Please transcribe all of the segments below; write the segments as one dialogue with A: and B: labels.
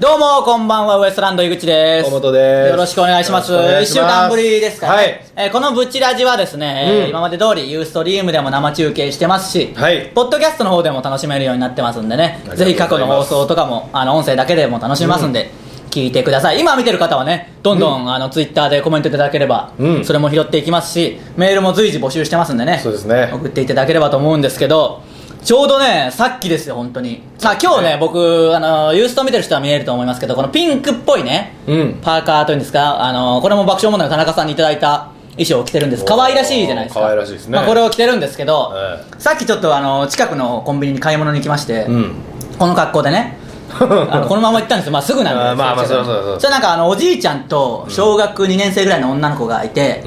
A: どうも、こんばんは、ウエストランド井口です。
B: 大本です
A: よろしくお願いします。
B: よろしくお
A: 一
B: 願いします
A: 週間ぶりですかね。
B: はい
A: えーこのブチラジはですね、えー
B: うん
A: 今まで通りユーストリームでも生中継してますし、
B: はい
A: ポッドキャストの方でも楽しめるようになってますんでね
B: あ、りがとうございます
A: ぜひ過去の放送とかも、あの、音声だけでも楽しめますんで、聞いてください。今見てる方はね、どんどん、あの、ツイッターでコメントいただければ、
B: うん
A: それも拾っていきますし、メールも随時募集してますんでね、
B: そうですね
A: 送っていただければと思うんですけど、ちょうどね、さっきですよ、本当に。さあ、今日ね、僕、あの、ユースト見てる人は見えると思いますけど、このピンクっぽいね、
B: うん
A: パーカーというんですか、あの、これも爆笑問題の田中さんにいただいた衣装を着てるんです。
B: おー
A: 可愛らしいじゃないですか。
B: 可愛らしいですね
A: まあ、これを着てるんですけど、
B: え
A: さっきちょっとあの、近くのコンビニに買い物に行きまして、
B: うん
A: この格好で ね、あのこのまま行ったんですよ、まあ、すぐなんで
B: あーまあまあそうそうそう
A: それなんかあのおじいちゃんと小学2年生ぐらいの女の子がいて、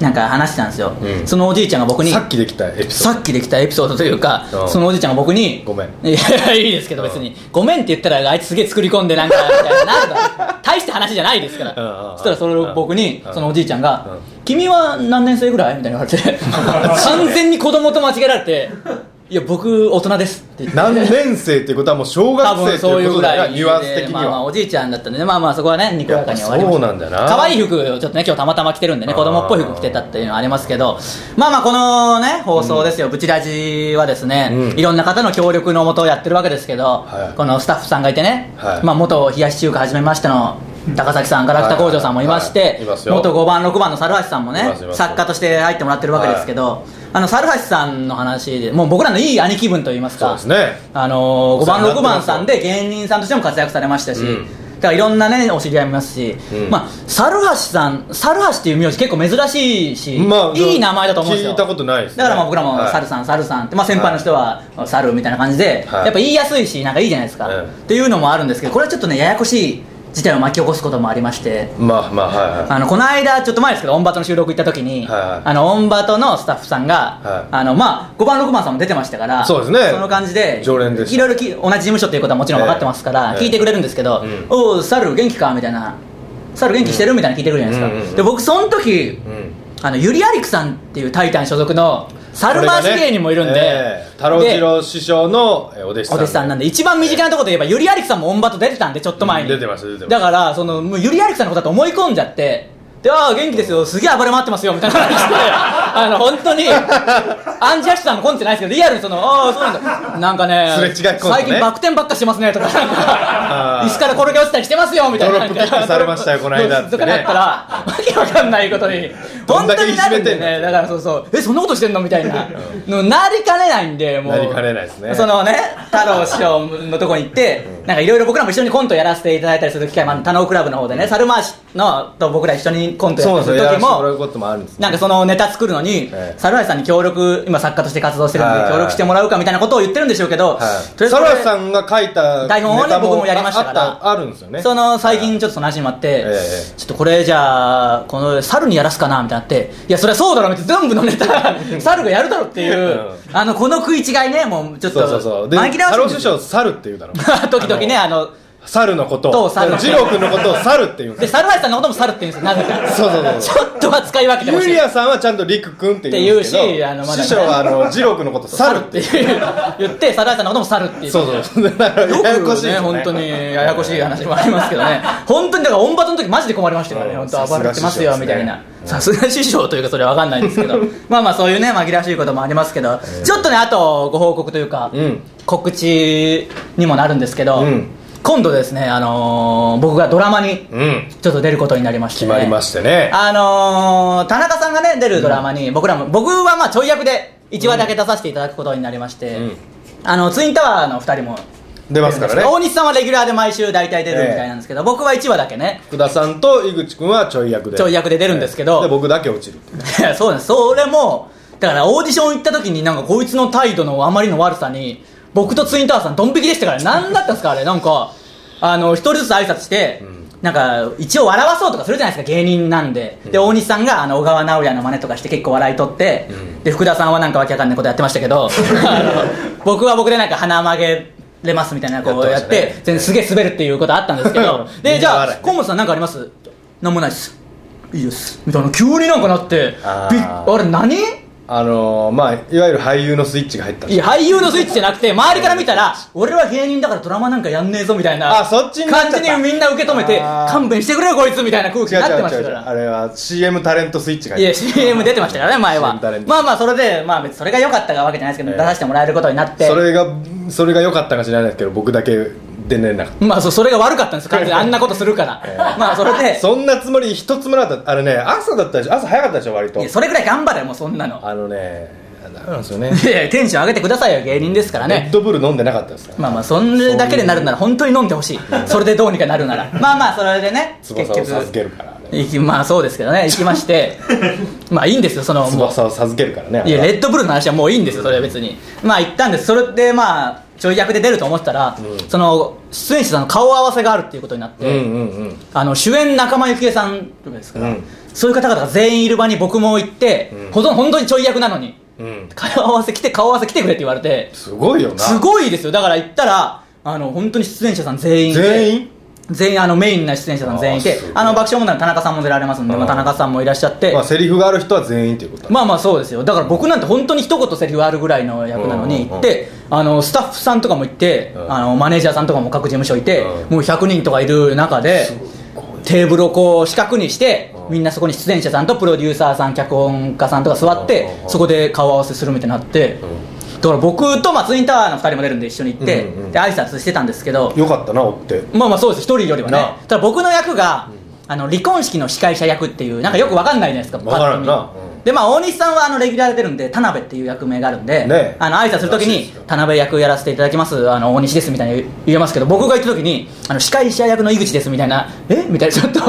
A: なんか話してたんですよ、
B: うん
A: そのおじいちゃんが僕に
B: さっきできたエピソ
A: さ
B: ー
A: っきできたエピソードというか、
B: うん
A: そのおじいちゃんが僕に
B: ごめん
A: いやいやいいですけど別に、ごめんって言ったらあいつすげえ作り込んでなんかみたいななん か大した話じゃないですから、
B: うんうんうん
A: そしたらそれを僕に、
B: うん
A: そのおじいちゃんが、
B: うん
A: 君は何年生ぐらい?」みたいに言われ て完全に子供と間違えられて「いや僕大人です」って言って
B: ド何年生っていうことはもう小学
A: 多
B: 生
A: 分
B: って
A: そうい
B: い
A: う
B: うこ
A: ぐ
B: と
A: ら
B: だ
A: い
B: から
A: で
B: ニュアンス的に
A: まあまあ
B: は
A: おじいちゃんだったんでねまあまあそこはねにこやかに終わりま
B: そ
A: し
B: う
A: た
B: なんだな
A: 可愛い服をちょっとね今日たまたま着てるんでね子供っぽい服着てたっていうのはありますけどまあまあこのね放送ですよ、ブチラジはですね、
B: うん
A: いろんな方の協力のもとやってるわけですけど、
B: はい
A: このスタッフさんがいてね、
B: はい
A: まあ元冷やし中華始めましたの高崎さん、ガラクタ工場さんもいまし
B: はいはい
A: て
B: はいいますよ
A: 元5番、6番の猿橋さんも
B: い
A: ね
B: ますいます
A: 作家として入ってもらってるわけですけど、あの猿橋さんの話でもう僕らのいい兄貴分といいます
B: そう
A: か
B: ですね
A: あのー、5
B: お世話
A: 番
B: になって
A: 6
B: ます
A: 番さんで芸人さんとしても活躍されましたし、
B: うん
A: だからいろんなねお知り合いもいますし、
B: うん
A: まあ猿橋さん猿橋っていう名字結構珍しいし、
B: まあ
A: いい名前だと思うんですよ
B: 聞いたことないですね
A: だからまあ僕らも
B: はい
A: 猿さん、猿さんって、まあ、先輩の人は猿みたいな感じで、
B: はい
A: やっぱ言いやすいしなんかいいじゃないですか、
B: うん
A: っていうのもあるんですけどこれはちょっとねややこしい事態を巻き起こすこともありまして
B: まあまあはいは
A: あのこの間ちょっと前ですけどオンバトの収録行った時に、
B: はいはい
A: あのオンバトのスタッフさんが、
B: はい
A: あのまあ5番6番さんも出てましたから
B: そうですね
A: その感じで
B: 常連です
A: いろいろき同じ事務所っていうことはもちろん分かってますから、
B: ええ
A: 聞いてくれるんですけど「
B: うん
A: おう猿元気か?」みたいな「猿元気してる?みたいな聞いてくるじゃないですか、
B: うんうんうん
A: で僕その時
B: いうん
A: あのユリアリクさんっていう「タイタン」所属の猿回し芸人もいるんで、
B: これがねええ太郎次郎師匠のえお弟
A: お
B: 子さん
A: 弟子さんなんで一番身近なところで言えばユリアリクさんもオンバト出てたんでちょっと前に、
B: うん出てました出てました
A: だからそのもうユリアリクさんのことだと思い込んじゃってでああ元気ですよすげえ暴れ回ってますよみたいな話して あの本当にアンジャッシュさんのコントじゃないですけどリアルにそのああそうなんだなんかね
B: すれ違いコントね
A: 最近バク転ばっかしてますねとかなんか
B: あー
A: 椅子から転げ落ちたりしてますよみたいな
B: ドロップキックされましたよこの間ってね
A: とかだったらわけわかんないことに
B: ど
A: 本
B: んだけ
A: 当になるんで
B: いじめてん
A: ねだ
B: の
A: からそうそうえそんなことしてんのみたいなのなりかねないんでもう
B: なりかねないですね
A: そのあのね、太郎師匠のとこに行って、なんかいろいろ僕らも一緒にコントやらせていただいたりする機会もある、太郎クラブの方でね、猿回しのと僕ら一緒にコント
B: そう
A: やっ
B: なん
A: て
B: です
A: る
B: よ
A: 時
B: やらせてもら
A: も、
B: うこともあるんです
A: なんかそのネタ作るのに
B: ええ、
A: 猿橋さんに協力、今作家として活動してるん
B: はい
A: で、協力してもらうかみたいなことを言ってるんでしょうけど、
B: はいサラさんが書いた
A: 台本をね
B: ネタ
A: 僕もやりましたから
B: ああったあるんですよね
A: その最近
B: はい
A: ちょっとその話にもあって、
B: ええ
A: ちょっとこれじゃあこの猿にやらすかなみたいになっていやそりゃそうだろみたいな全部のネタ猿がやるだろっていう、
B: うん
A: あのこの食い違いねもうちょっと
B: そうそうそうで
A: 紛らわし
B: 太
A: いん
B: 郎
A: で
B: 師
A: すよ
B: 匠猿って言うだろ
A: 時々ねあの
B: 猿のこと
A: と
B: を
A: 猿
B: 二郎君のことを猿って言うん
A: で
B: です
A: 猿橋さんのことも猿って言うんですよなぜか
B: そうそうそ
A: ち
B: う
A: ょっとは使い分けてほ
B: ユ
A: しい
B: リアさんはちゃんと陸くんって言うんです
A: っ
B: け
A: て言うしあの
B: ど
A: まだね
B: 師匠はあの二郎君のこと猿って言う
A: いう言って猿橋さんのことも猿って言う
B: そうそうだから
A: よく
B: ややこしいです
A: ね
B: よ
A: 本当にややこしい話もありますけどね本当にだからオンバトの時マジで困りましたからね
B: うん
A: 本当暴れてますよ
B: さすが師匠ですね
A: みたいなさすが師匠というかそれは分かんないんです けどまあまあそういうね紛らわしいこともありますけどちょっとねあとご報告というか
B: うん
A: 告知にもなるんですけど
B: うん
A: 今度ですねあのー僕がドラマに
B: うん
A: ちょっと出ることになりまして
B: 決
A: ね
B: まりましてね
A: あのー、田中さんがね出るドラマに、僕らも僕はまあちょい役で1話だけ出させていただくことになりまして、
B: うん
A: あのツインタワーの2人も
B: 出ますからね
A: 大西さんはレギュラーで毎週大体出るみたいなんですけど、僕は1話だけね
B: 福田さんと井口君はちょい役で
A: ちょい役で出るんですけど
B: で僕だけ落ちるっていう
A: そうなんですそれもだからオーディション行った時になんかこいつの態度のあまりの悪さに僕とツインタワーさんドン引きでしたからね何だったんですかあれなんかあの一人ずつ挨拶して、なんか一応笑わそうとかするじゃないですか芸人なんで、で大西さんがあの小川直也の真似とかして結構笑い取って、で福田さんはなんかわけわかんないことやってましたけどあの僕は僕でなんか鼻曲げれますみたいなこうや
B: や
A: っ
B: ってま
A: て
B: したね
A: 全然すげえ滑るっていうことあったんですけどで
B: みん
A: じ
B: な
A: ゃ
B: 笑い
A: あ河本さん何かありますなんもないっすいいですみたいな急になんかなって
B: あー
A: びっあれ何
B: あのーまあいわゆる俳優のスイッチが入った
A: いや俳優のスイッチじゃなくて周りから見たら俺は芸人だからドラマなんかやんねえぞみたいな
B: あそっちになっち
A: 感
B: ゃった
A: じにみんな受け止めて
B: あー
A: 勘弁してくれよこいつみたいな空気に
B: 違う
A: なって
B: 違
A: ま
B: う
A: し
B: 違
A: た
B: う
A: か
B: 違う
A: ら
B: あれは CM タレントスイッチが
A: いや CM 出てましたからね前
B: CM タレ
A: は
B: ント
A: まあまあそれでまあ別にそれが良かったわけじゃないですけど
B: ええ
A: 出させてもらえることになって
B: それがそれが良かったか知らないですけど僕だけ出れなかっ
A: まあそうそれが悪かったんです完全にあんなことするからまあそれ
B: た
A: で
B: そんなつもり一つもなかったあれね朝だったでしょ朝早かったでしょ割と
A: いやそれぐらい頑張れよもうそんなの
B: あのねダメなんですよね
A: いやいやテンション上げてくださいよ芸人ですから
B: レッ
A: ね
B: ドブル飲んでなかったですから
A: まあまあそんだけでなるなら本当に飲んでほしいそれでどうにかなるな らまあまあそれでね結
B: 翼を授
A: 局
B: けるからね
A: 行きまあそうですけどね行きまして まあいいんですよそのもう
B: 翼を授けるからねあ
A: い
B: れ
A: や
B: は
A: レッドブルの話はもういいんですよそれは別にまあ行ったんですそれでまあちょい役で出ると思ってたら、
B: うん
A: その出演者さんの顔合わせがあるっていうことになって、
B: うんうんうん
A: あの主演仲間由紀恵さんとかですから、
B: うん
A: そういう方々が全員いる場に僕も行って、
B: うん
A: ほとんど本当にちょい役なのに
B: うん
A: 顔合わせ来て顔合わせ来てくれって言われて
B: すごいよな
A: すごいですよだから行ったらあの本当に出演者さん全員で
B: 全員
A: 全員あのメインな出演者さん全員い
B: あー
A: て
B: すごい
A: あの爆笑問題の田中さんも出られますんで、
B: うん
A: まあ、田中さんもいらっしゃって、
B: まあセリフがある人は全員ということだ
A: まあまあそうですよだから僕なんて本当に一言セリフあるぐらいの役なの
B: うんうんう
A: に
B: ん
A: 行ってあのスタッフさんとかも行って
B: うん
A: あのマネージャーさんとかも各事務所いて
B: うん
A: もう100人とかいる中です
B: ごい
A: テーブルをこう四角にして
B: うん
A: みんなそこに出演者さんとプロデューサーさん脚本家さんとか座って
B: うんうんうん
A: そこで顔合わせするみたいになってだから僕とまあツインタワーの2人も出るんで一緒に行って
B: うんうん
A: で挨拶してたんですけど
B: よかったな追って
A: まあまあそうです一人よりはね
B: なあ
A: ただ僕の役が、あの離婚式の司会者役っていうなんかよくわかんないじゃないですか
B: わからんな
A: パッと見でまあ大西さんはあのレギュラーで出るんで田辺っていう役名があるんで、
B: ねえ
A: あの挨拶するとき
B: らしい
A: に
B: ですよ
A: 田辺役やらせていただきますあの大西ですみたいに言えますけど僕が言ったときにあの司会者役の井口ですみたいなえみたいなちょっと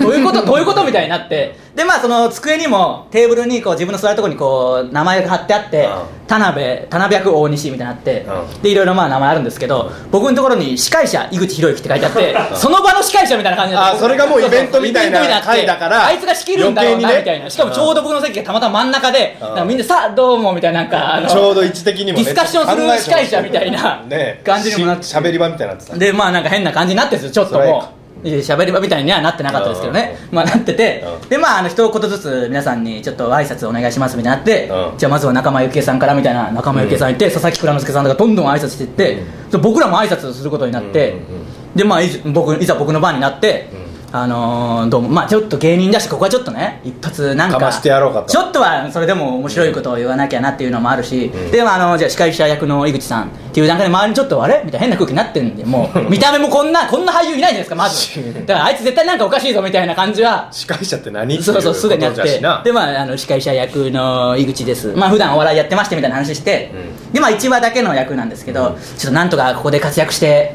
A: どういう ことどういうことみたいになってでまあその机にもテーブルにこう自分の座るところにこう名前が貼ってあって
B: うん
A: 田辺田辺役大西みたいになって
B: うん
A: でいろいろまあ名前あるんですけど僕のところに司会者井口博之って書いてあってその場の司会者みたいな感じになって
B: あそれがもうイベントみたいな
A: イベントみたいになっ
B: 会
A: て
B: だから
A: あいつが仕切るんだろうな
B: 余計にね
A: みたいなしかもちょうど僕の席がたまたま真ん中で
B: うん
A: なんかみんなさあどうもみたいななんかあの
B: ちょうど位置的にもね
A: ディスカッションする司会者みたいな
B: ね
A: 感じにもなって
B: しゃべり場みたいになってた
A: でまあなんか変な感じになってるんですよちょっと
B: それはいい
A: も
B: か
A: ういや喋り場みたいにはなってなかったですけどね
B: うん
A: まあなってて
B: うん
A: でまああの一言ずつ皆さんにちょっと挨拶お願いしますみたいになって
B: うん
A: じゃあまずは仲間由紀恵さんからみたいな仲間由紀恵さんいて佐々木蔵之介さんとかどんどん挨拶していってで僕らも挨拶することになって
B: うんうんうん
A: でまあいざ僕いざ僕の番になってあのーどうもまあちょっと芸人だしここはちょっとね一発なんか
B: かましてやろうかと
A: ちょっとはそれでも面白いことを言わなきゃなっていうのもあるし
B: うん
A: でまああのじゃあ司会者役の井口さんっていう段階で周りにちょっとあれみたいな変な空気になってるんでもう見た目もこんなこんな俳優いないじゃないですかまずだからあいつ絶対なんかおかしいぞみたいな感じは
B: 司会者って何
A: そうそうすでにあっ
B: っていうことじゃ
A: て
B: しな
A: でまああの司会者役の井口ですまあ普段お笑いやってましてみたいな話して、
B: うん
A: でまあ1話だけの役なんですけど、
B: うん
A: ちょっとなんとかここで活躍して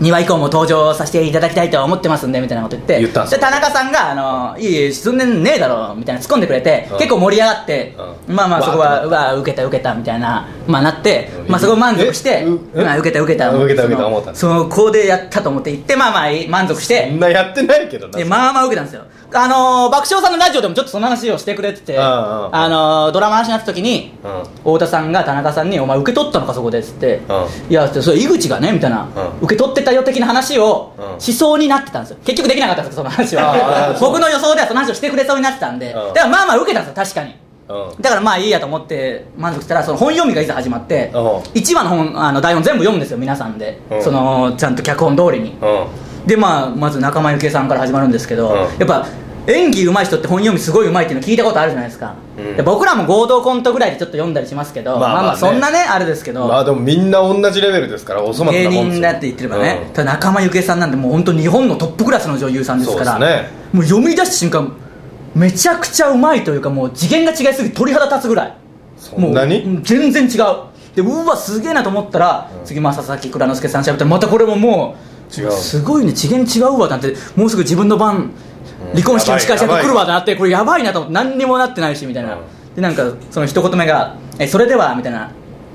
A: 2話以降も登場させていただきたいと思ってますんでみたいなこと言って
B: 言ったんす
A: で
B: よ
A: 田中さんが「あのいいえ進んでねえだろ」みたいな突っ込んでくれて、
B: うん
A: 結構盛り上がって、
B: うん
A: まあまあそこ
B: わー
A: は
B: って
A: うわ受けた受けたみたいなまあなって、
B: うん
A: まあそこ満足して
B: えうえ
A: まあ受けた受けた
B: 受けた受け
A: そ
B: た
A: の
B: 思ったね
A: そのこうでやったと思って行ってまあまあ満足して、
B: そんなやってないけどな
A: でまあまあ受けたんですよあのー爆笑さんのラジオでもちょっとその話をしてくれてて
B: うんうんうん
A: あのードラマの話になった時に
B: うん
A: 太田さんが田中さんに「お前受け取ったのかそこで」っつって「
B: う
A: いやそれ井口がね」みたいな
B: うん
A: 受け取ってたよ的な話を
B: うん
A: しそうになってたんですよ結局できなかったんですよその話
B: あ
A: は
B: ーそう
A: 僕の予想ではその話をしてくれそうになってたんで
B: ん
A: だからまあまあ受けたんですよ確かに
B: うん
A: だからまあいいやと思って満足したらその本読みがいざ始まって
B: うん
A: 1話の本あの台本全部読むんですよ皆さんで
B: うん
A: そのちゃんと脚本通りに
B: うん
A: でまあまず仲間由紀恵さんから始まるんですけど、
B: うん
A: やっぱ演技上手い人って本読みすごい上手いっていうの聞いたことあるじゃないですか、
B: うん
A: で僕らも合同コントぐらいでちょっと読んだりしますけど、
B: ま
A: ま
B: あ
A: あ
B: ま
A: ま
B: あ
A: あ
B: ね
A: そんなねあれですけど、
B: まあでもみんな同じレベルですからお粗末
A: 芸
B: なもん
A: 人
B: ですよ
A: だって言ってればね、
B: うん
A: ただ仲間由紀恵さんなんでもう本当日本のトップクラスの女優さんですから
B: そうですね
A: もう読み出した瞬間めちゃくちゃうまいというかもう次元が違いすぎて鳥肌立つぐらい
B: そんなに
A: もううん全然違うでうわすげえなと思ったら、
B: うん
A: 次まあ佐々木蔵之介さんしゃべったらまたこれももう
B: 違う
A: すごいね次元違うわなんてもうすぐ自分の番離婚式の司会者と来るわってなってこれやばいなと思って何にもなってないしみたいな、
B: うん
A: でなんかその一言目が「えそれでは」みたいな、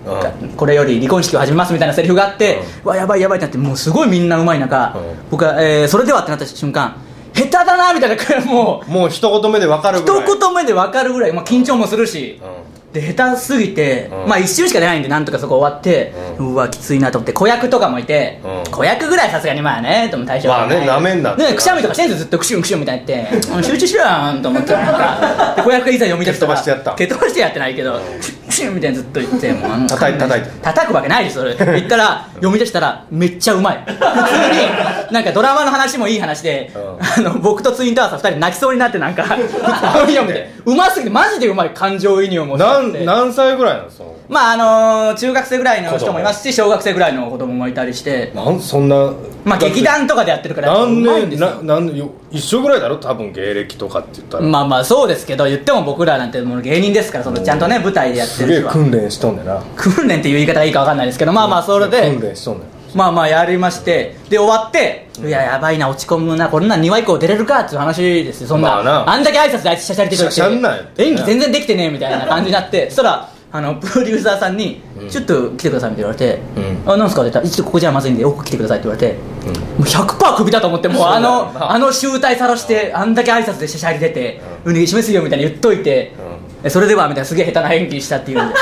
B: う
A: これより離婚式を始めますみたいなセリフがあって、うわやばいやばいってなってもうすごいみんなうまい中、
B: うん
A: 僕は、えーそれでは」ってなった瞬間下手だなみたいな もう
B: もう一言目で分かるぐらい
A: 一言目で分かるぐらい、まあ、緊張もするし、
B: う
A: で下手すぎて、
B: うん
A: まあ一周しか出ないんでなんとかそこ終わって、う
B: う
A: わきついなと思って子役とかもいて、
B: うん
A: 子役ぐらいさすがにまあねとも対象
B: まあね
A: な
B: 舐めんなって
A: ねくしゃみとかしてんですよずっとクシュンクシュンみたいに言ってうん集中しろよと思ってなんかで子役がいざ読み出したら
B: 蹴っ飛ばしてやった
A: 蹴っ飛ばしてやってないけどクシュンクシュンみたいにずっと言ってもうあの
B: 叩い叩いて
A: 叩くわけないですそれ言ったら読み出したらめっちゃうまい普通になんかドラマの話もいい話で、
B: う
A: あの僕とツインタワーさん2人泣きそうになってなんか
B: マジで
A: うますぎてマジでうまい感情移入をもして
B: な
A: あっ
B: ん
A: て
B: 何歳ぐらいなのその
A: まああのー中学生ぐらいの人もいますし小学生ぐらいの子供もいたりして
B: なんそんな
A: まあ劇団とかでやってるから
B: 何
A: まいんで
B: 年
A: すよ
B: な何よ一緒ぐらいだろ多分芸歴とかって言ったら、
A: まあまあそうですけど言っても僕らなんてもう芸人ですからそのちゃんとね舞台でやって
B: す
A: る
B: げえ
A: しは
B: 訓練しとんだよな
A: 訓練っていう言い方がいいか分かんないですけどまあまあそれ
B: 訓
A: で
B: 練しとんだよ
A: まあまあやりましてで終わっていややばいな落ち込むなこんなん2話以降出れるかっていう話ですよそんな,、
B: まあな
A: あんだけ挨拶であいつしゃしゃり出てくる
B: しゃしゃんなよ
A: 演技全然できてねえみたいな感じになってそしたらあの プロデューサーさんに「ちょっと来てください」みたいな言われて「
B: う
A: あなんすか?」って言ったら「ちょっとここじゃまずいんで奥来てください」って言われて、もう100%クビだと思ってもうあ
B: そうだよ
A: の
B: な
A: あの集大さらしてあんだけ挨拶でしゃしゃり出て「うねぎしますよ」みたいに言っといて「えそれでは」みたいなすげえ下手な演技したっていうん で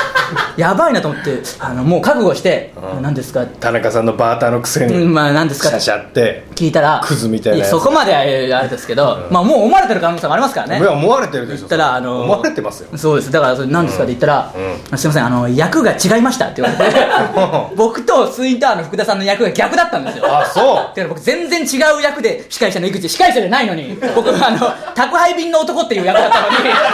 A: やばいなと思ってあのもう覚悟して「
B: うん
A: 何ですか?」
B: 田中さんのバーターのくせに、
A: うんまあ何ですか
B: シャシャって
A: 聞いたら
B: クズみたいなやつ
A: やそこまではえーあれですけど、まあもう思われてる可能性もありますからね
B: 俺は思われてるでしょ
A: 言ったらあのー
B: 思われてますよ
A: そうですだからそれ何ですかって言ったら、
B: う
A: すいませんあの役が違いましたって言われて僕とツインタワーの福田さんの役が逆だったんですよ
B: あそう
A: だから僕全然違う役で司会者の井口司会者じゃないのに僕あの宅配便の男っていう役だったの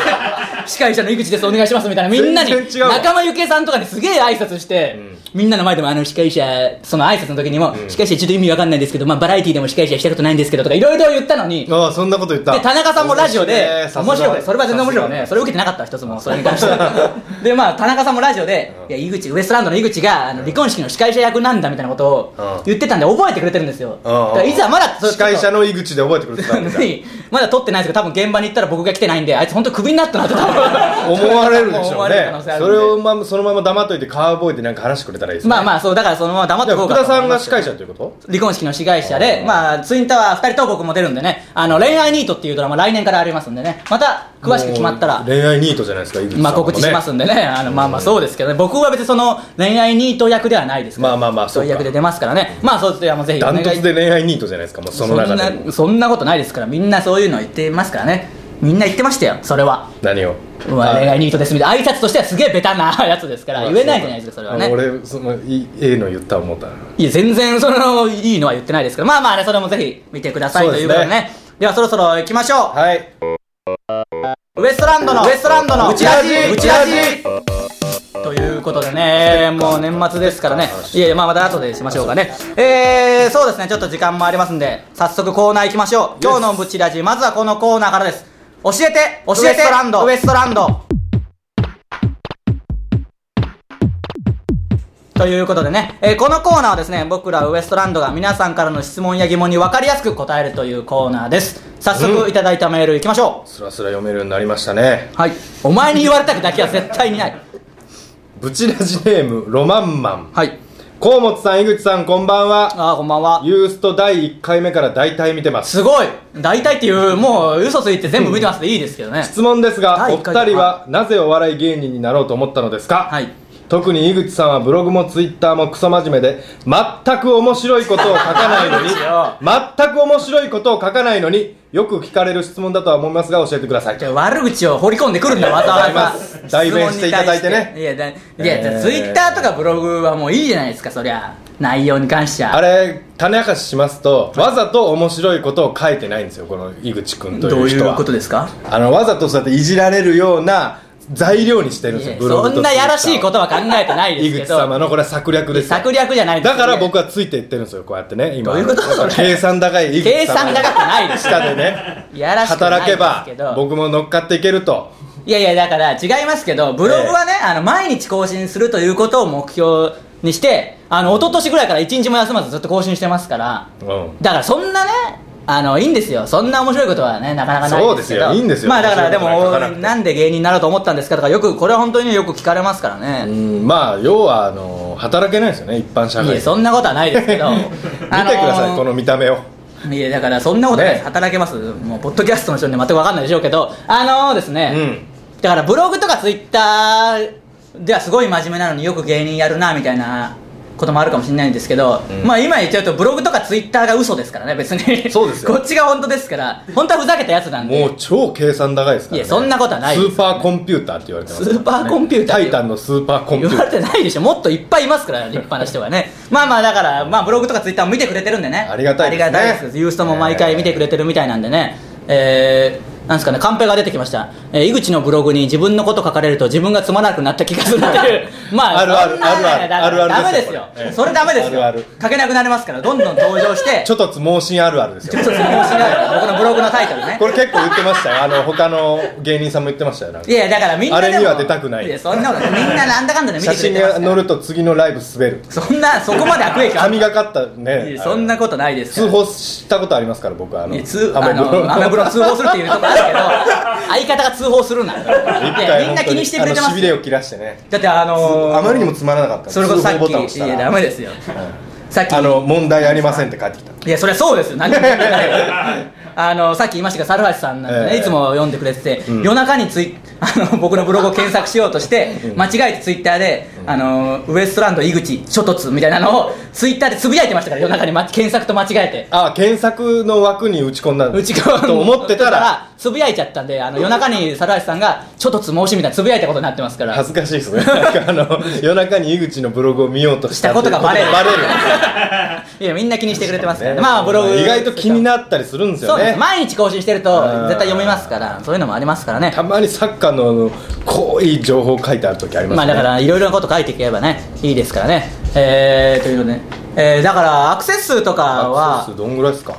A: に司会者の井口ですお願いしますみたいなみんなに
B: 全然違うわ
A: 仲間由紀恵さんとかにすげえ挨拶して、みんなの前でもあの司会者その挨拶の時にも、司会者ちょっと意味わかんないんですけど、まあ、バラエティでも司会者したことないんですけどとかいろいろ言ったのに
B: ああそんなこと言った
A: で田中さんもラジオで面白いねそれは全然面白いねそれ
B: を
A: 受けてなかった一つもそれに関しては でまあ田中さんもラジオで、いや井口ウエストランドの井口があの離婚式の司会者役なんだみたいなこと
B: う
A: を
B: ん
A: 言ってたんで覚えてくれてるんですよだからいざまだ
B: 司会者
A: の
B: の井口で覚えてくれてたんだ
A: まだ撮 ってないんですけど多分現場に行ったら僕が来てないんであいつ本当クビになったなって多分
B: 思われるで し
A: 思
B: ょ
A: わ
B: う
A: れる可
B: ね
A: 能性あるんで
B: それをままそのまま黙っといてカウボーイでなんか話してくれたらいいですね
A: まあまあそうだからそのまま黙って
B: じゃ
A: おこうか
B: あ福
A: と思
B: 田
A: い
B: さん
A: ま
B: が
A: す
B: 司会者ということ
A: 離婚式の司会者で、
B: うん
A: まあ、ツインタワー2人と僕も出るんでね、あの、恋愛ニートっていうドラマ来年からありますんでね、また詳しく決まった
B: も
A: ら
B: う、恋愛ニートじゃないですか井口さんもね
A: まあ告知しますんでね、あのまあまあそうですけどね、僕は別にその恋愛ニート役ではないですから、
B: まあまあまあ
A: そういう
B: そうか
A: 役で出ますからね、まあそうですね、もうぜひお
B: ダ
A: 願
B: ン
A: い
B: トツで恋愛ニートじゃないですかもうその
A: そ
B: 中で
A: ん
B: も
A: な、そんなことないですから、みんなそういうの言ってますからね、みんな言ってましたよ、それは。
B: 何を
A: うわ恋愛
B: ニー
A: ニートですみたいな、挨拶としてはすげえベタなやつですから、言えないじゃないですか、それはね。
B: 俺そのいいええの言った思った
A: いや、全然その、いいのは言ってないですけど、まあまあね、それもぜひ見てください
B: そう
A: と
B: で
A: い
B: す
A: うこと
B: ね
A: でね、ではそろそろ行きましょ
B: はい。
A: う、ウエストランドの、ウエストランドの、
B: うちラジ
A: うちラジということでね、もう年末ですからね、いやいや、まあ、また後でしましょうかね、えー、そうですね、ちょっと時間もありますんで、早速コーナー行きましょう、今日のブチラジ、まずはこのコーナーからです、教えて、教えて、ウエストランド、ウエストランド。ということでね、えーこのコーナーはですね、僕らウエストランドが皆さんからの質問や疑問に分かりやすく答えるというコーナーです。早速いただいたメールいきましょ
B: スラスラ読めるようになりましたね。
A: う。はい。お前に言われたくだけは絶対にない。
B: ブチラジネーム、ロマンマン。
A: はい。
B: 河本さん、井口さん、こんばんは。
A: ああ、こんばんは。
B: ユースト第1回目から大体見てます。
A: すごい大体っていうもう嘘ついて全部見てますでいいですけどね
B: 質問ですが、
A: 第
B: お
A: 一
B: 二
A: 回目
B: 人はなぜお笑い芸人になろうと思ったのですか、
A: はい
B: 特に井口さんはブログもツイッターもクソ真面目で、全く面白いことを書かない のに、全く面白いことを書かないのに、よく聞かれる質問だとは思いますが、教えてください
A: じ。ゃあ悪口を掘り込んでくるんだわざわ
B: ありがとうござい
A: ざ
B: ます 代弁していただいてね
A: 質問に対していやだい
B: え
A: や
B: ー
A: じゃあツイッターとかブログはもういいじゃないですかそりゃ内容に関しては
B: あれ種明かししますとわざと面白いことを書いてないんですよこの井口君と
A: ど
B: いう
A: うい
B: 人は
A: うことですか
B: あのわざとそうやっていじられるような材料にしてるんで
A: い
B: すよ
A: や
B: ブログ
A: そ
B: と
A: んなやらしいこと
B: と
A: は考えてない
B: 井
A: ですけ
B: 口
A: ど
B: 様のこれは策略ですよ
A: 策略じゃないです
B: だから僕
A: は
B: はついていってるんですよこうやってね今
A: どういうことそれ
B: 計算高い井口
A: 計
B: 様
A: 算高くないです
B: 下でね
A: いやらしくない
B: 働けば
A: ですけど
B: 僕も乗っかっていけると
A: いやいやだから違いますけどブログはね、あの毎日更新するということを目標にしてあの一昨年ぐらいから一日も休まずずっと更新してますから
B: うん
A: だからそんなねあのいいんですよそんな面白いことはねなかなかないですけど
B: そうですよいいんですよ
A: まあだからで
B: 面白い
A: も
B: ことなんか書かなくて
A: なんで芸人になろうと思ったんですかとかよくこれは本当によく聞かれますから
B: う
A: ね、
B: んまあ要はあの働けないですよね一般社
A: い
B: 会
A: や
B: で
A: そんなことはないですけ どあのー
B: 見てくださいこの見た目を
A: いやだからそんなことないです
B: ね
A: 働けますもうポッドキャストの人に全く分かんないでしょうけどあのーですね、
B: うん
A: だからブログとかツイッターではすごい真面目なのによく芸人やるなみたいなこともあるかもしれないんですけど、
B: うん
A: まあ今言っちゃうとブログとかツイッターが嘘ですからね別に
B: そうです よ
A: こっちが本当ですから本当はふざけたやつなんで
B: もう超計算高いですから、ね、
A: いやそんなことはないです
B: スーパーコンピューターって言われてます、
A: スーパーコンピューター
B: タイタンのスーパーコンピュ
A: 言
B: ー
A: わ
B: タ
A: れ
B: ー
A: てないでしょもっといっぱいいますから立派な人が ねまあまあだから、まあ、ブログとかツイッターも見てくれてるんでね
B: ありがたいですね
A: ありがたいですユーストも毎回見てくれてるみたいなんでねえー、なんですかねカンペが出てきました、えー、井口のブログに自分のこと書かれると自分がつまらなくなった気がするっていうまあ
B: あるある
A: そんなのはね
B: あるある
A: ダメですよ
B: あるあるですよこれ
A: それダメですよ
B: あるある
A: 書けなくなりますからどんどん登場して
B: ちょっとつ盲信あるあるですよ
A: ちょっとその面白い僕のブログのタイトルね
B: これ結構言ってましたよあの他の芸人さんも言ってましたよなんか
A: いやいやだからみんなでも
B: あれには出たくない
A: やそんなことないみんななんだかんだで見て
B: 写
A: くれ
B: 真
A: てます
B: が
A: から
B: 載ると次のライブ滑る
A: そんなそこまで悪影響ある
B: 神がかった
A: いや
B: ね
A: そんなことないですから
B: 通報したことありますから僕はあの
A: いや通あのアメブロ通報するっていうとこあるけど 相方が通報するない
B: 一
A: や
B: 回
A: みんな気にしてくれてます
B: しびれを切らしてね
A: だってあのー
B: あまりにもつまらなかったんで
A: それこそさ
B: 通報ボタンを
A: っき
B: 押し
A: い
B: たら
A: やダメですよさっき
B: あの問題ありませんって帰ってきた
A: いやそれはそうですよ何も言ってないあのさっき言いましたが猿橋さんなんでね、
B: ええ
A: いつも読んでくれてて、
B: うん
A: 夜中にツイ あの僕のブログを検索しようとして、
B: ん
A: 間違えてツイッターで、あのウエストランド井口諸突みたいなのをツイッターでつぶやいてましたから夜中に、ま、検索と間違えて
B: あ検索の枠に打ち込んだんだ
A: うち側
B: と思ってたら
A: つぶやいちゃったんであの夜中に猿橋さんが「ちょっとつ申し」みたいなつぶやいたことになってますから
B: 恥ずかしいですねなんかあの夜中に井口のブログを見ようとしたって
A: したことがバレる
B: バレる
A: いやみんな気にしてくれてますからねまあブログ
B: 意外と気になったりするんです
A: そ
B: よ
A: うで
B: ね
A: す毎日更新してると
B: うん
A: 絶対読めますからそういうのもありますからね
B: たまにサッカーのあの濃い情報書いてある時ありますね
A: まあだからいろいろなこと書いていけばねいいですからねえー、というので、ねえー、だからアクセス数とか
B: アクセ
A: は
B: スどんぐらいですか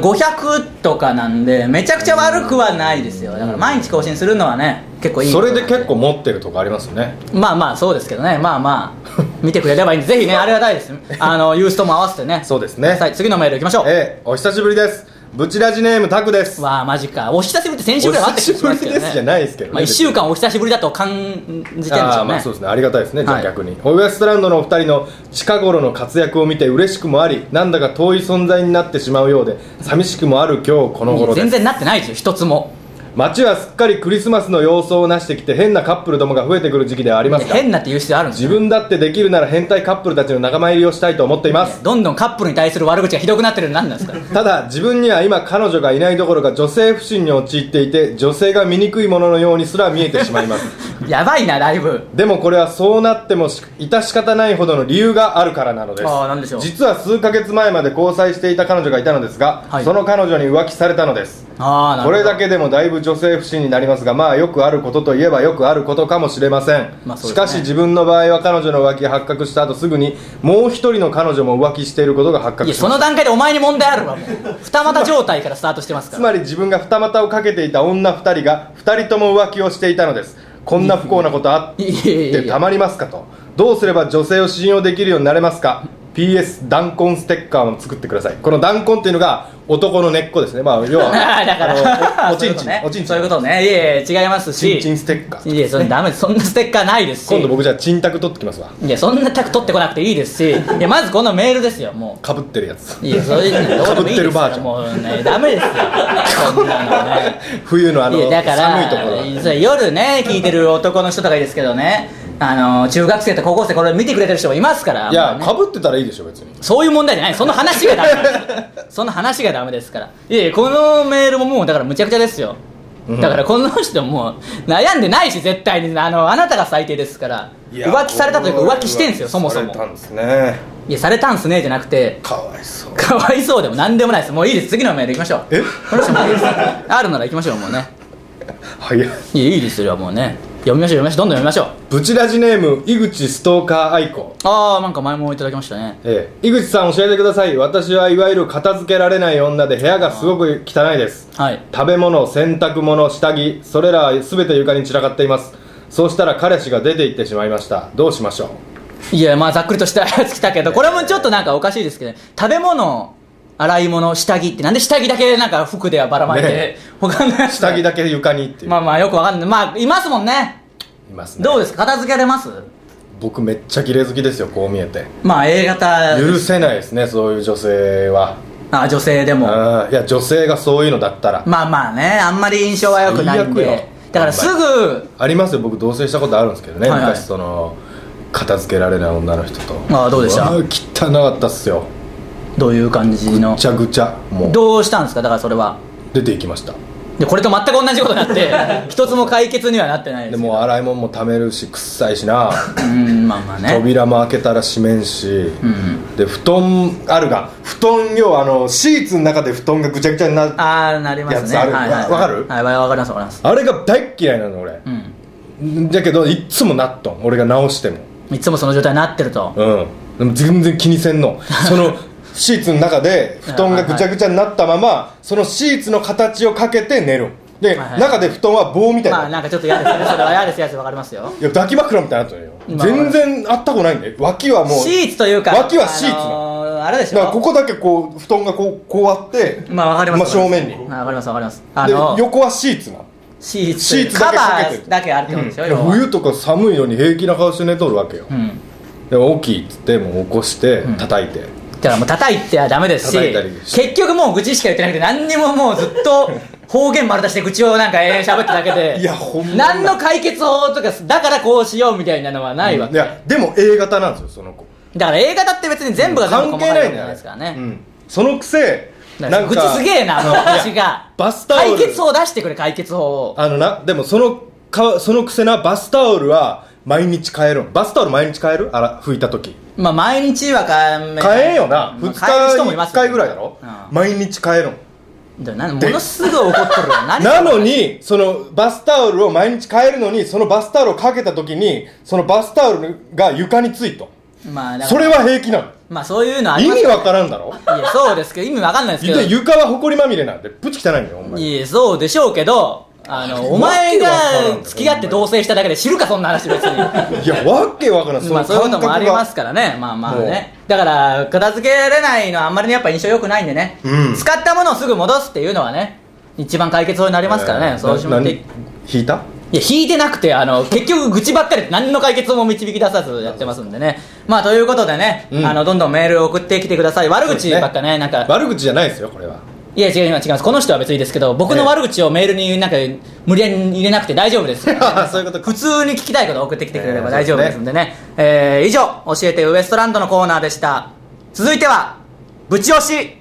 A: 500とかなんでめちゃくちゃ悪くはないですよだから毎日更新するのはね結構いい
B: それで結構持ってるとこありますよね
A: まあまあそうですけどねまあまあ 見てくれればいいんでぜひねありがたいですあのユースとも合わせてね
B: そうですね
A: はい次のメールいきましょう
B: ええお久しぶりですブチラジネームタクです
A: わあマジかお久しぶりって先週ぐらいはあった気がますけどね
B: お久しぶりですじゃないですけどね
A: まあ、1週間お久しぶりだと感じてるんでしょうね
B: ああまあそうですねありがたいですね、じゃあ
A: はい
B: 逆にホイウエストランドのお二人の近頃の活躍を見て嬉しくもありなんだか遠い存在になってしまうようで寂しくもある今日この頃で
A: 全
B: す
A: 然なってないですよ一つも
B: 街はすっかりクリスマスの様相をなしてきて変なカップルどもが増えてくる時期ではありますが
A: 変なって言う必要あるんです
B: 自
A: よ
B: 分だってできるなら変態カップルたちの仲間入りをしたいと思っています
A: どんどんカップルに対する悪口がひどくなってるの何なんですか
B: ただ自分には今彼女がいないどころか女性不信に陥っていて女性が醜いもののようにすら見えてしまいます
A: やばいなだいぶ
B: でもこれはそうなってもし致し方ないほどの理由があるからなのです
A: ああなんでしょう
B: 実は数ヶ月前まで交際していた彼女がいたのですが、
A: はい
B: その彼女に浮気されたのです
A: ああなるほ
B: こ
A: ど
B: れだけでもだいぶ女性不信になりますがまあよくあることといえばよくあることかもしれません、
A: まあそうで
B: し
A: すね
B: かし自分の場合は彼女の浮気が発覚した後すぐにもう一人の彼女も浮気していることが発
A: い
B: 覚
A: や
B: し
A: そ
B: まし
A: の
B: た
A: 段階でお前に問題あるわもう二股状態からスタートしてますか
B: つ
A: ら
B: まり自分が二股をかけていた女二人が二人とも浮気をしていたのですこんな不幸なことあっ
A: いやいやいや
B: てたまりますかとどうすれば女性を信用できるようになれますか PS 弾痕ステッカーを作ってくださいこの弾痕っていうのが男の根っこですねまあ要は
A: だから
B: あのおおちんちんおちんち ん
A: そういうことねいえいえ違います
B: ち
A: し
B: んちんステッカー
A: いやそれダメですそんなステッカーないですし
B: 今度僕じゃあちんたく取ってきますわ
A: いやそんなタク取ってこなくていいですしいやまずこのメールですよも
B: かぶってるやつ
A: ういやそれどうでもいいです
B: 被って
A: よ
B: るバージョン
A: もうねダメですよそんなのね
B: 冬 のあの
A: いやだから
B: 寒いところ
A: それ夜ね聞いてる男の人とかいいですけどねあの中学生と高校生これ見てくれてる人もいますから
B: いや
A: もうね
B: かぶってたらいいでしょ別に
A: そういう問題じゃないその話がダメなんですその話がダメですからいやいやこのメールももうだからむちゃくちゃですよ
B: うん
A: だからこの人もう悩んでないし絶対にあのあなたが最低ですから浮気されたというか浮気してんすよそもそも
B: されたんですね
A: いやされたんすねじゃなくて
B: かわいそう
A: かわいそうでも何でもないですもういいです次のメール行きましょう
B: え
A: この人もいいですあるなら行きましょうもうね
B: 早い
A: いやいいですよもうね読みましょう読みましょうどんどん読みましょう
B: ブチラジネーム井口ストーカー愛子
A: ああなんか前もいただきましたね
B: ええ、井口さん教えてください私はいわゆる片付けられない女で部屋がすごく汚いです
A: はい
B: 食べ物洗濯物下着それらは全て床に散らかっていますそうしたら彼氏が出て行ってしまいましたどうしましょう
A: いやまあざっくりとしたやつ来たけどこれもちょっとなんかおかしいですけど、ね、食べ物洗い物下着ってなんで下着だけなんか服ではばらまいて、
B: ね
A: 他のやつ
B: 下着だけ床にっていう、
A: まあまあよくわかんないまあいますもんね
B: いますね
A: どうですか片付けられます
B: 僕めっちゃ綺麗好きですよこう見えて
A: まあ A 型
B: 許せないですねそういう女性は
A: あ女性でも
B: あーいや女性がそういうのだったら
A: まあまあねあんまり印象は良くないん
B: 最悪
A: で
B: よ
A: だからすぐ
B: ありますよ僕同棲したことあるんですけどね、
A: はいはい
B: 昔その片付けられない女の人と
A: あーどうでした
B: わー汚かったっすよ
A: どういう感じの
B: ぐちゃぐちゃもう
A: どうしたんですかだからそれは
B: 出ていきました
A: でこれと全く同じことになって 一つも解決にはなってないで
B: です
A: けど
B: もう洗い物も溜めるし臭いしな
A: うんまあまあね
B: 扉も開けたら閉めんし、
A: ん
B: で布団あるが布団要はあのシーツの中で布団がぐちゃぐちゃになるあ
A: ああなります
B: や
A: ね
B: つある
A: はいはいはい
B: わかる
A: はいわかりますわかります
B: れが大っ嫌いなの俺、だけどいっつもなっとん俺が直しても
A: いつもその状態になってると
B: うんでも全然気にせんの そのシーツの中で布団がぐちゃぐちゃになったままそのシーツの形をかけて寝るで、
A: はいはい
B: 中で布団は棒みたいな、
A: まあなんかちょっと嫌ですねそれは嫌です嫌ですわかりますよ
B: いや抱き枕みたいになってるよ、
A: まあ
B: 全然あったこないんだよ脇はもう
A: シーツというか
B: 脇はシーツなの
A: あのーあれでし
B: だからこ
A: ょ
B: こだけこう布団がこうこうあって
A: まあわかります
B: 真正面に
A: あわかりますわかりますあ
B: で
A: のー
B: 横はシーツなの
A: シーツという
B: シーツ
A: カ
B: だけ
A: バ
B: かけて
A: ー
B: る
A: だけあるってことでしょ要は
B: 冬とか寒いのに平気な顔して寝とるわけよ、
A: うん
B: でも大きいっつってもう起こして叩いて、
A: だからもう叩いてはダメですし
B: 叩いたりして
A: 結局もう愚痴しか言ってなくて何にももうずっ と方言丸出して愚痴をなんか永遠喋ってだけで
B: いやほんま
A: 何の解決法とかだからこうしようみたいなのはないわけ、
B: いやでも A 型なんですよその子
A: だから A 型って別に全部が全部
B: 関係ないんだ
A: じゃ
B: よ
A: な
B: ね
A: いですからね、
B: うん、そのくせ
A: だから
B: なんか
A: 愚痴すげえなあの話が
B: バスタオ
A: 解
B: ル
A: 決法を出してくれ解決法を
B: あのなでもそのかそのくせなバスタオルは毎日変えるんバスタオル毎日変えるあら拭いた時
A: まあ毎日は変え
B: 変えんよな
A: ま
B: 2
A: あ変える人も
B: 日
A: い
B: に
A: ます
B: 1
A: よ
B: 回ぐらいだろ、
A: うん
B: 毎日変えるん
A: だからなものすごい怒っとるわ何
B: なのにそのバスタオルを毎日変えるのにそのバスタオルをかけた時にそのバスタオルが床についと
A: まあだか
B: そ
A: ら
B: れは平気な
A: まあそういうのあ
B: の
A: り
B: 意
A: ます
B: 味
A: よ
B: わからんだろ
A: いやそうですけど意味わかんないですけど
B: で床は埃まみれなんでプチ汚いんだよお前
A: いや、そうでしょうけど、あの、お前が付き合って同棲しただけで知るか、そんな話別に。
B: いやわけわからんそ
A: ま
B: の
A: あ、そういうこ
B: 感
A: と
B: 覚
A: もあり
B: が
A: ますからね。まあまあね。だから、片付けれないのはあんまりね、やっぱ印象良くないんでね。
B: うん
A: 使ったものをすぐ戻すっていうのはね、一番解決法になりますから
B: え
A: ね。
B: ー
A: そうしまっ
B: な
A: て。
B: 何引いた
A: いや、引いてなくて、あの、結局愚痴ばっかりで何の解決も導き出さずやってますんでね。まあ、ということでね、
B: うん
A: あの、どんどんメールを送ってきてください。悪口ばっか
B: そうです
A: ね、なんか、
B: 悪口じゃないですよこれ はい
A: や違う今違いますこの人は別にですけど僕の悪口をメールになんか無理やり入れなくて大丈夫 です
B: そういうことか
A: 普通に聞きたいことを送ってきてくれれば
B: えー
A: 大丈夫ですんでね,、えー以上教えてウエストランドのコーナーでした続いてはぶち押し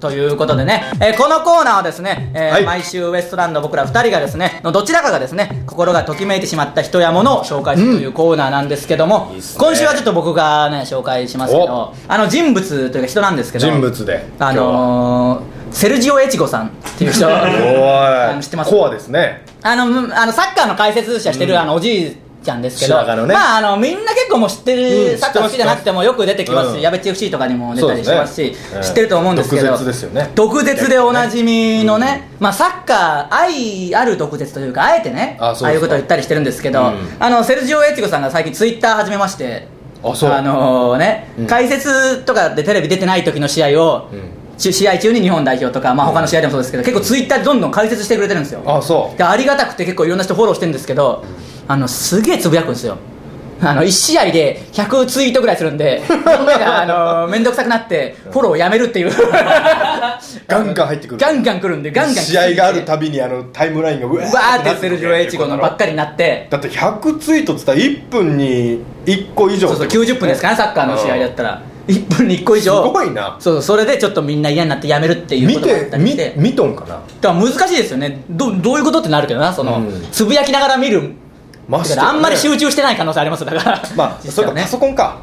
A: ということでね、えーこのコーナーはですね、えー
B: はい
A: 毎週ウエストランド僕ら2人がですねのどちらかがですね心がときめいてしまった人や物を紹介するというコーナーなんですけども、
B: いいっすね
A: 今週はちょっと僕がね紹介しますけど
B: お
A: あの人物というか人なんですけど
B: 人物で
A: あのー、セルジオ越後さんって いう人
B: 今日
A: あ
B: はお
A: の
B: い
A: 知ってます
B: コアですね
A: あのむあのサッカーの解説者してる、あのおじいちゃんですけど、
B: 白髪のね
A: まああのみんな結構もう知ってる、
B: うん
A: サッカー好きじゃなくてもよく出てきますし、
B: うん
A: やべっち FC とかにも出たりしますし、
B: そうですね
A: 知ってると思うんですけど
B: 毒舌ですよね
A: 毒舌でおなじみのね、まあサッカー愛ある毒舌というかあえてね
B: あそうそう
A: いうことを言ったりしてるんですけど、
B: うん
A: あのセルジオ越後さんが最近ツイッター始めまして
B: あそう
A: のね、
B: うん
A: 解説とかでテレビ出てない時の試合を、
B: うん
A: ち試合中に日本代表とか、まあ、他の試合でもそうですけど、結構ツイッターでどんどん解説してくれてるんですよ
B: あそう
A: でありがたくて結構いろんな人フォローしてるんですけどあのすげえつぶやくんですよあの1試合で100ツイートぐらいするんでみんなが あの面倒くさくなってフォローをやめるっていう
B: ガンガン入ってくる
A: ガンガン来るんでガンガン来て
B: 試合があるたびにあのタイムラインがう
A: わ
B: わ
A: ーってセルジオ・エイチゴのばっかりになって
B: だって100ツイートっつったら1分に1個以上
A: そうそう90分ですかねサッカーの試合だったら1分に1個以上
B: すごいな
A: そうそうそれでちょっとみんな嫌になってやめるっていう
B: 見
A: ことがあってたり
B: 見
A: して
B: 見とんかな
A: だから難しいですよねどどういうことってなるけどなその、
B: うん
A: つぶやきながら見る
B: まして
A: だ
B: ね
A: からあんまり集中してない可能性ありますだから
B: まあ
A: 実
B: そ
A: 際
B: れ
A: は
B: かパソコンか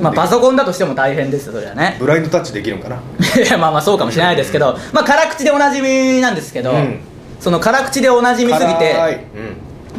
A: まあ、パソコンだとしても大変ですよそれはね
B: ブラインドタッチできるんかない
A: やまあまあそうかもしれないですけど、まあ、辛口でおなじみなんですけど、
B: うん
A: その辛口でおなじみすぎ
B: 辛い
A: て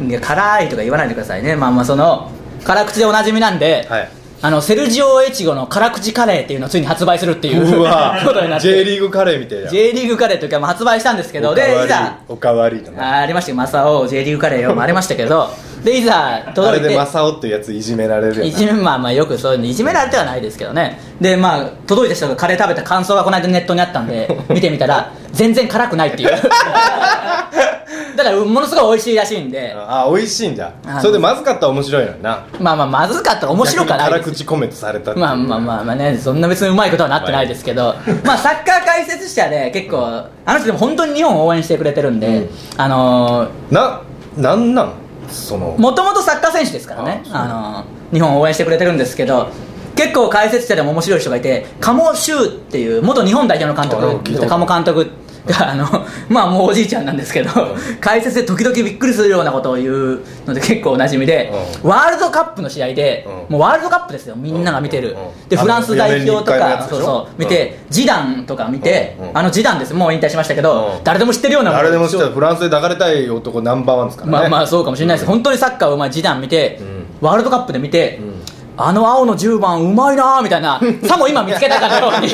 B: うん
A: いや辛いとか言わないでくださいねまあまあその辛口でおなじみなんで、
B: はい
A: あのセルジオ・エチゴの辛口カレーっていうのをついに発売するっていう
B: う
A: こ
B: わ
A: とになって
B: J リーグカレーみたいな
A: J リーグカレーというか、まあ、発売したんですけどでいざ
B: おかわりだな
A: あありましたよマサオ J リーグカレーよもありましたけ どでいざ
B: あ
A: 届いて
B: れでマサオってやついじめられる
A: い
B: や
A: じ
B: つ
A: めまあまあよくそういうのいじめられてはないですけどねでまあ届いた人がカレー食べた 感想がこの間ネットにあったんで見てみたら全然辛くないっていうだからものすごい美味しいらしいんで
B: あ美味しいんだ
A: あの
B: それでまずかったら面白いのにな
A: まあまあまずかったら面白くはない
B: 辛
A: です
B: 口コメントされたっていう
A: まあまあまあまあねそんな別にうまいことはなってないですけど、まあサッカー解説者で結構あの人でも本当に日本を応援してくれてるんで、
B: うん
A: あの
B: ななんなんその
A: もともとサッカー選手ですからねあの日本を応援してくれてるんですけど結構解説者でも面白い人がいて鴨修っていう元日本代表の監
B: あなんか聞い
A: 督
B: たこと
A: 鴨監督があのまあもうおじいちゃんなんですけど解説で時々びっくりするようなことを言うので結構おなじみでワールドカップの試合で
B: うん
A: もうワールドカップですよみんなが見てる
B: うんうん
A: で
B: あの
A: フランス代表と
B: 四年に一回のや
A: か
B: つで
A: そ
B: し
A: う
B: ょ
A: そう見てジダンとか見て
B: うんうん
A: あのジダンですもう引退しましたけど
B: うん
A: 誰でも知ってるような
B: 誰でも知ってるフランスで抱かれたい男ナンバーワンですからね
A: まあまあそうかもしれないです、本当にサッカーうまい時短見て、ワールドカップで見て、あの青の10番うまいなーみたい なさも今見つけたかのように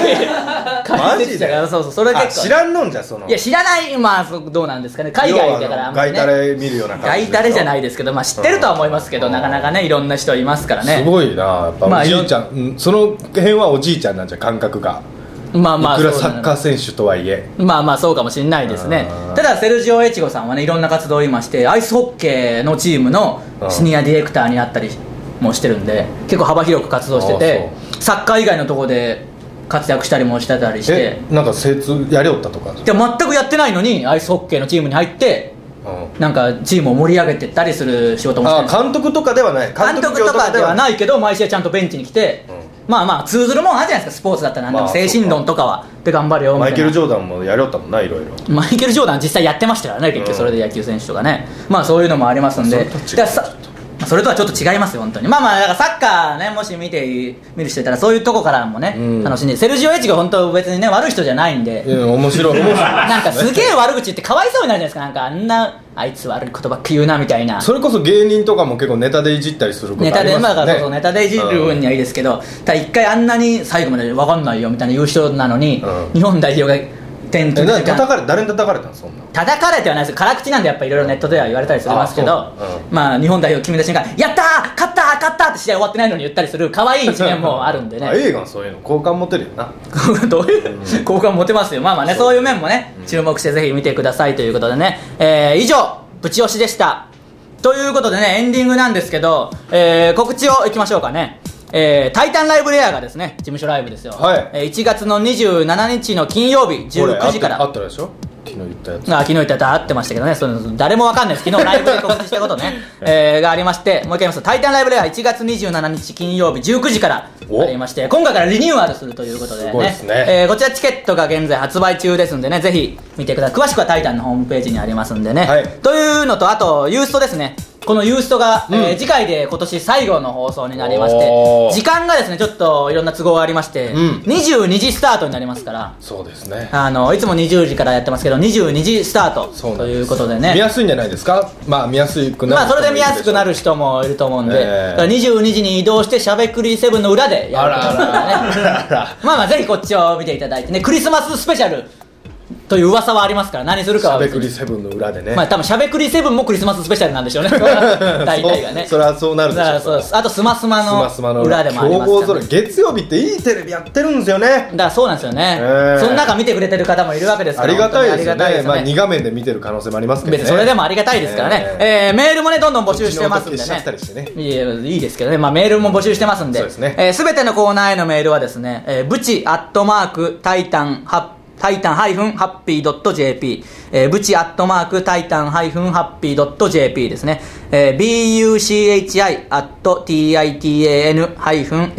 B: マジで
A: からそうそうそれ
B: あ
A: 結構
B: 知らんのんじゃその
A: いや知らないまあそうどうなんですかね海外だからあんまり、ね、
B: 要はあの外タレ見るような感じ
A: 外タレじゃないですけど、まあ、知ってるとは思いますけど、
B: うん
A: なかなかねいろんな人いますから
B: す
A: ね
B: ごいなやっぱ
A: まあ
B: おじいちゃん、うんその辺はおじいちゃんなんじゃ感覚が
A: まあまあ
B: いくら
A: そう
B: サ
A: なの
B: ッカー選手とはいえ
A: まあまあそうかもしれないですね
B: あー
A: ただセルジオ・エチゴさんはねいろんな活動を今してアイスホッケーのチームのシニアディレクターになったりもしてるんで結構幅広く活動しててサッカー以外のところで活躍したりもしてたりして
B: えなんか精通やりおったとか、うん、
A: で全くやってないのにアイスホッケーのチームに入ってなんかチームを盛り上げてったりする仕事もしてるん
B: あ
A: です
B: 監督とかではない
A: 監督
B: 業
A: とかではいないけど毎試合ちゃんとベンチに来て、まあまあ通ずるもんあるじゃないですかスポーツだったら何でも
B: まあ
A: 精神論とかはで頑張れよみた
B: マ
A: い
B: イ
A: な
B: ケル・ジョーダンもやりおったもんないろいろ
A: マイケル・ジョーダン実際やってましたからね結
B: うん
A: 局それで野球選手とかね、まあそういうのもありますん
B: そ
A: で
B: れと違
A: だ
B: う
A: からさそれとはちょっと違いますよ本当にまあまあだからサッカーねもし見て見る人いたらそういうとこからもね、
B: うん
A: 楽しんでセルジオ・エチゴ本当別にね悪い人じゃないんで、
B: うん面白い面白い
A: なんかすげえ悪口言ってかわいそうになるじゃないですかなんかあんなあいつ悪いことばっか言うなみたいな
B: それこそ芸人とかも結構ネタでいじったりすることあり
A: ネタで
B: ますよね
A: まあだからそうそうネタでいじる分にはいいですけど、ただ一回あんなに最後まで分かんないよみたいな言う人なのに、
B: うん
A: 日本代表が点
B: うんえ
A: 取
B: な
A: る
B: んか叩かれ誰に叩かれたのそんな
A: 叩かれてはないです辛口なんでやっぱいろいろネットでは言われたりするますけど
B: あそうう
A: まあ日本代表決めた瞬間「やったー勝ったー勝ったー!」って試合終わってないのに言ったりする可愛い一面もあるんでね
B: 映画はそういうの好感持てるよな
A: どういう好感持てますよまあまあねそういう面もね注目してぜひ見てくださいということでねえー以上ブチ押しでしたということでねエンディングなんですけどえー告知をいきましょうかねえータイタンライブレアがですね事務所ライブですよ、
B: はい
A: えー1月の27日の金曜日19時から
B: あったでしょ昨日言ったやつ
A: あ昨日言ったやつは合ってましたけどねその誰もわかんないです昨日ライブで告知したこと ね、えーがありましてもう一回言いますと「タイタンライブレア」1月27日金曜日19時から
B: お
A: ありまして今回からリニューアルするということで,、ね
B: すごいですね
A: えーこちらチケットが現在発売中ですんでねぜひ見てください詳しくは「タイタン」のホームページにありますんでね、
B: はい
A: というのとあとユーストですねこのユーストが、えー
B: うん
A: 次回で今年最後の放送になりまして
B: おー
A: 時間がですねちょっといろんな都合がありまして、
B: うん
A: 22時スタートになりますから
B: そうですね
A: あのいつも20時からやってますけど22時スタート
B: そうなん
A: と
B: です
A: いうことで
B: 見
A: ね
B: やすいんじゃないですかまあ見やすくなる
A: まあそれで見やすくな
B: る
A: る人もいると思うんで、
B: ええ
A: だから22時に移動してしゃべくり7の裏でや
B: あ
A: る
B: らあ
A: ということでね
B: らあら
A: まあまあぜひこっちを見ていただいてねクリスマススペシャルという噂はありますから何するか
B: しゃ
A: は
B: べ
A: 別
B: くり
A: に
B: セブンの裏でね
A: まあ多分しゃべくり7もクリスマススペシャルなんでしょ うね大体がね
B: そうそれはそうなるでしょ
A: だ
B: う
A: からそうですあとスマスマ
B: スマスマの
A: の裏でもあり
B: 強
A: ます
B: 豪
A: か
B: ぞ
A: ら、
B: ろい月曜日っていいテレビやってるんですよね
A: だからそうなんですよね、
B: ええ
A: その中見てくれてる方もいるわけですか
B: あ
A: ら
B: りがたいです
A: 本当に
B: よ
A: ありがたい
B: ね
A: です
B: ま
A: よ
B: あ2画面で見てる可能性もありますけど
A: 別
B: ね
A: にそれでもありがたいですからね、
B: え
A: えーメールもねどんどん募集してますんで
B: うちの音消しちゃった
A: ね
B: りしてね
A: いやいいですけどね、まあ、メールも募集してますんで
B: そうですね
A: えー全てのコーナーへのメールはですね、えー、ブチアットマークタイタンハッタイタンハイフンハッピードット JP、えー、ブチアットマークタイタンハイフンハッピードット JP ですね、えー、BUCHI アット TITAN ハイフン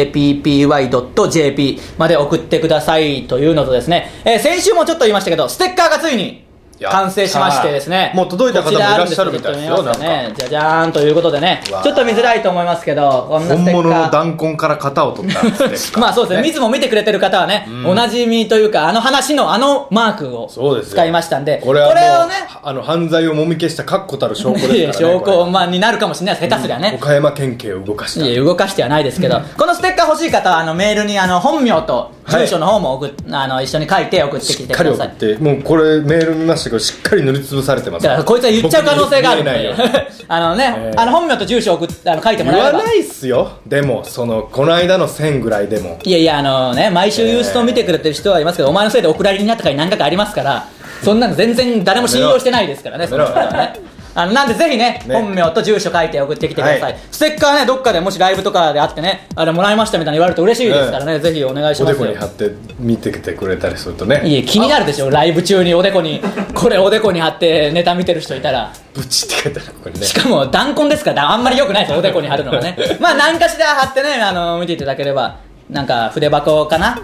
A: HAPPY ドット JP まで送ってくださいというのとですね、えー、先週もちょっと言いましたけど、ステッカーがついに
B: やった
A: 完成しましてですね
B: もう届いた方もいらっしゃるみたいですよ
A: こちらあんけどちょっと見ますかねじゃじゃーんということでね
B: うわー
A: ちょっと見づらいと思いますけどこんなス
B: 本
A: テッ
B: 物の
A: カー
B: 弾痕から型を取ったんですね
A: まあそうですね、水も見てくれてる方はね、おなじみというか、あの話のあのマークを
B: そうですよ
A: 使いましたんで、
B: これはもう
A: をね、
B: あの犯罪をもみ消した確固たる証拠ですから
A: い
B: ね
A: や証
B: これ
A: 拠、まあ、になるかもしれないです、下手すりゃね、
B: 岡山県警を動かし
A: い
B: た
A: や動かしてはないですけど、このステッカー欲しい方はあのメールにあの本名と住所の方も送っ、あの一緒に書いて送ってきて
B: しっか
A: く
B: り
A: だ
B: 送
A: さい
B: ってもうこれメール見ましたけどしっかり塗りつぶされてます
A: だからこいつは言っちゃう可能性があるん
B: 僕に
A: で
B: は言えないよ
A: あのね、
B: ええ
A: あの本名と住所送ってあの書いても
B: 言
A: らえ
B: わ
A: れば
B: ないっすよでもそのこの間の1000ぐらいでも
A: いやいや、あのね、毎週ユーストを見てくれてる人はいますけど、お前のせいでお蔵入りになった回何回かありますから、そんなの全然誰も信用してないですからね、その人はね。あの、なんでぜひね、
B: ね
A: 本名と住所書いて送ってきてくださ
B: はいい。
A: ステッカーね、どっかでもしライブとかであってね、あれもらいましたみたいに言われると嬉しいですからね、ぜひお願いし
B: お
A: ま
B: ですこに
A: よ
B: 貼。って見てきてくれたりするとね
A: いい気になるでしょ、ライブ中におでこに、これおでこに貼ってネタ見てる人いたら。
B: ブチって書いてあるここにね
A: しかも、弾痕ですから、あんまり良くないですよ、おでこに貼るのが ね。まあ、何かしら貼ってね、あの、見ていただければ、なんか、筆箱かな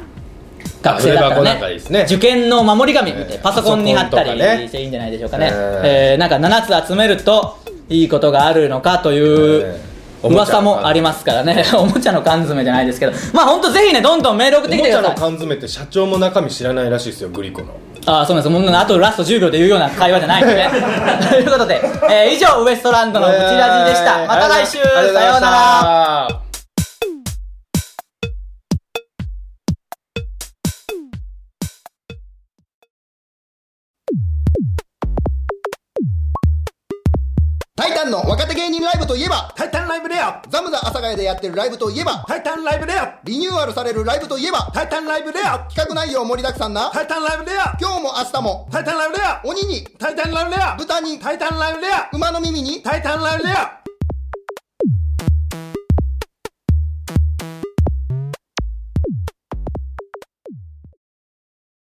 A: 学生だった
B: 筆箱なん
A: ら
B: かいい
A: ね
B: ですね
A: 受験の守り紙みたいな、
B: えー
A: パソコンに貼った
B: パソコンとか
A: り
B: ね
A: していいんじゃないでしょうかね。
B: えー
A: えーなんか、7つ集めると、いいことがあるのかという
B: え、ー
A: 噂もありますからね。 おもちゃの缶詰じゃないですけど。まあ、ほんとぜひね、どんどんメール送っ
B: お
A: てき
B: も
A: て
B: ち
A: く
B: ゃ
A: だ
B: の
A: さい。
B: 缶詰って社長も中身知らないらしいですよグリコの
A: ああそうなんですもうあとラスト10秒で言うような会話じゃないので ということで、えー以上ウエストランドのブチラジでした、また来週さようなら
B: ら
C: タイタンの若手芸人ライブといえば、
D: タイタンライブレア
C: ザムザ阿佐ヶ谷でやってるライブといえば、
D: タイタンライブレア
C: リニューアルされるライブといえば、
D: タイタンライブレア
C: 企画内容盛りだくさんな、
D: タイタンライブレア
C: 今日も明日も、
D: タイタンライブレア
C: 鬼に、
D: タイタンライブレア
C: 豚に、
D: タイタンライブレア
C: 馬の耳に、
D: タイタンライブレア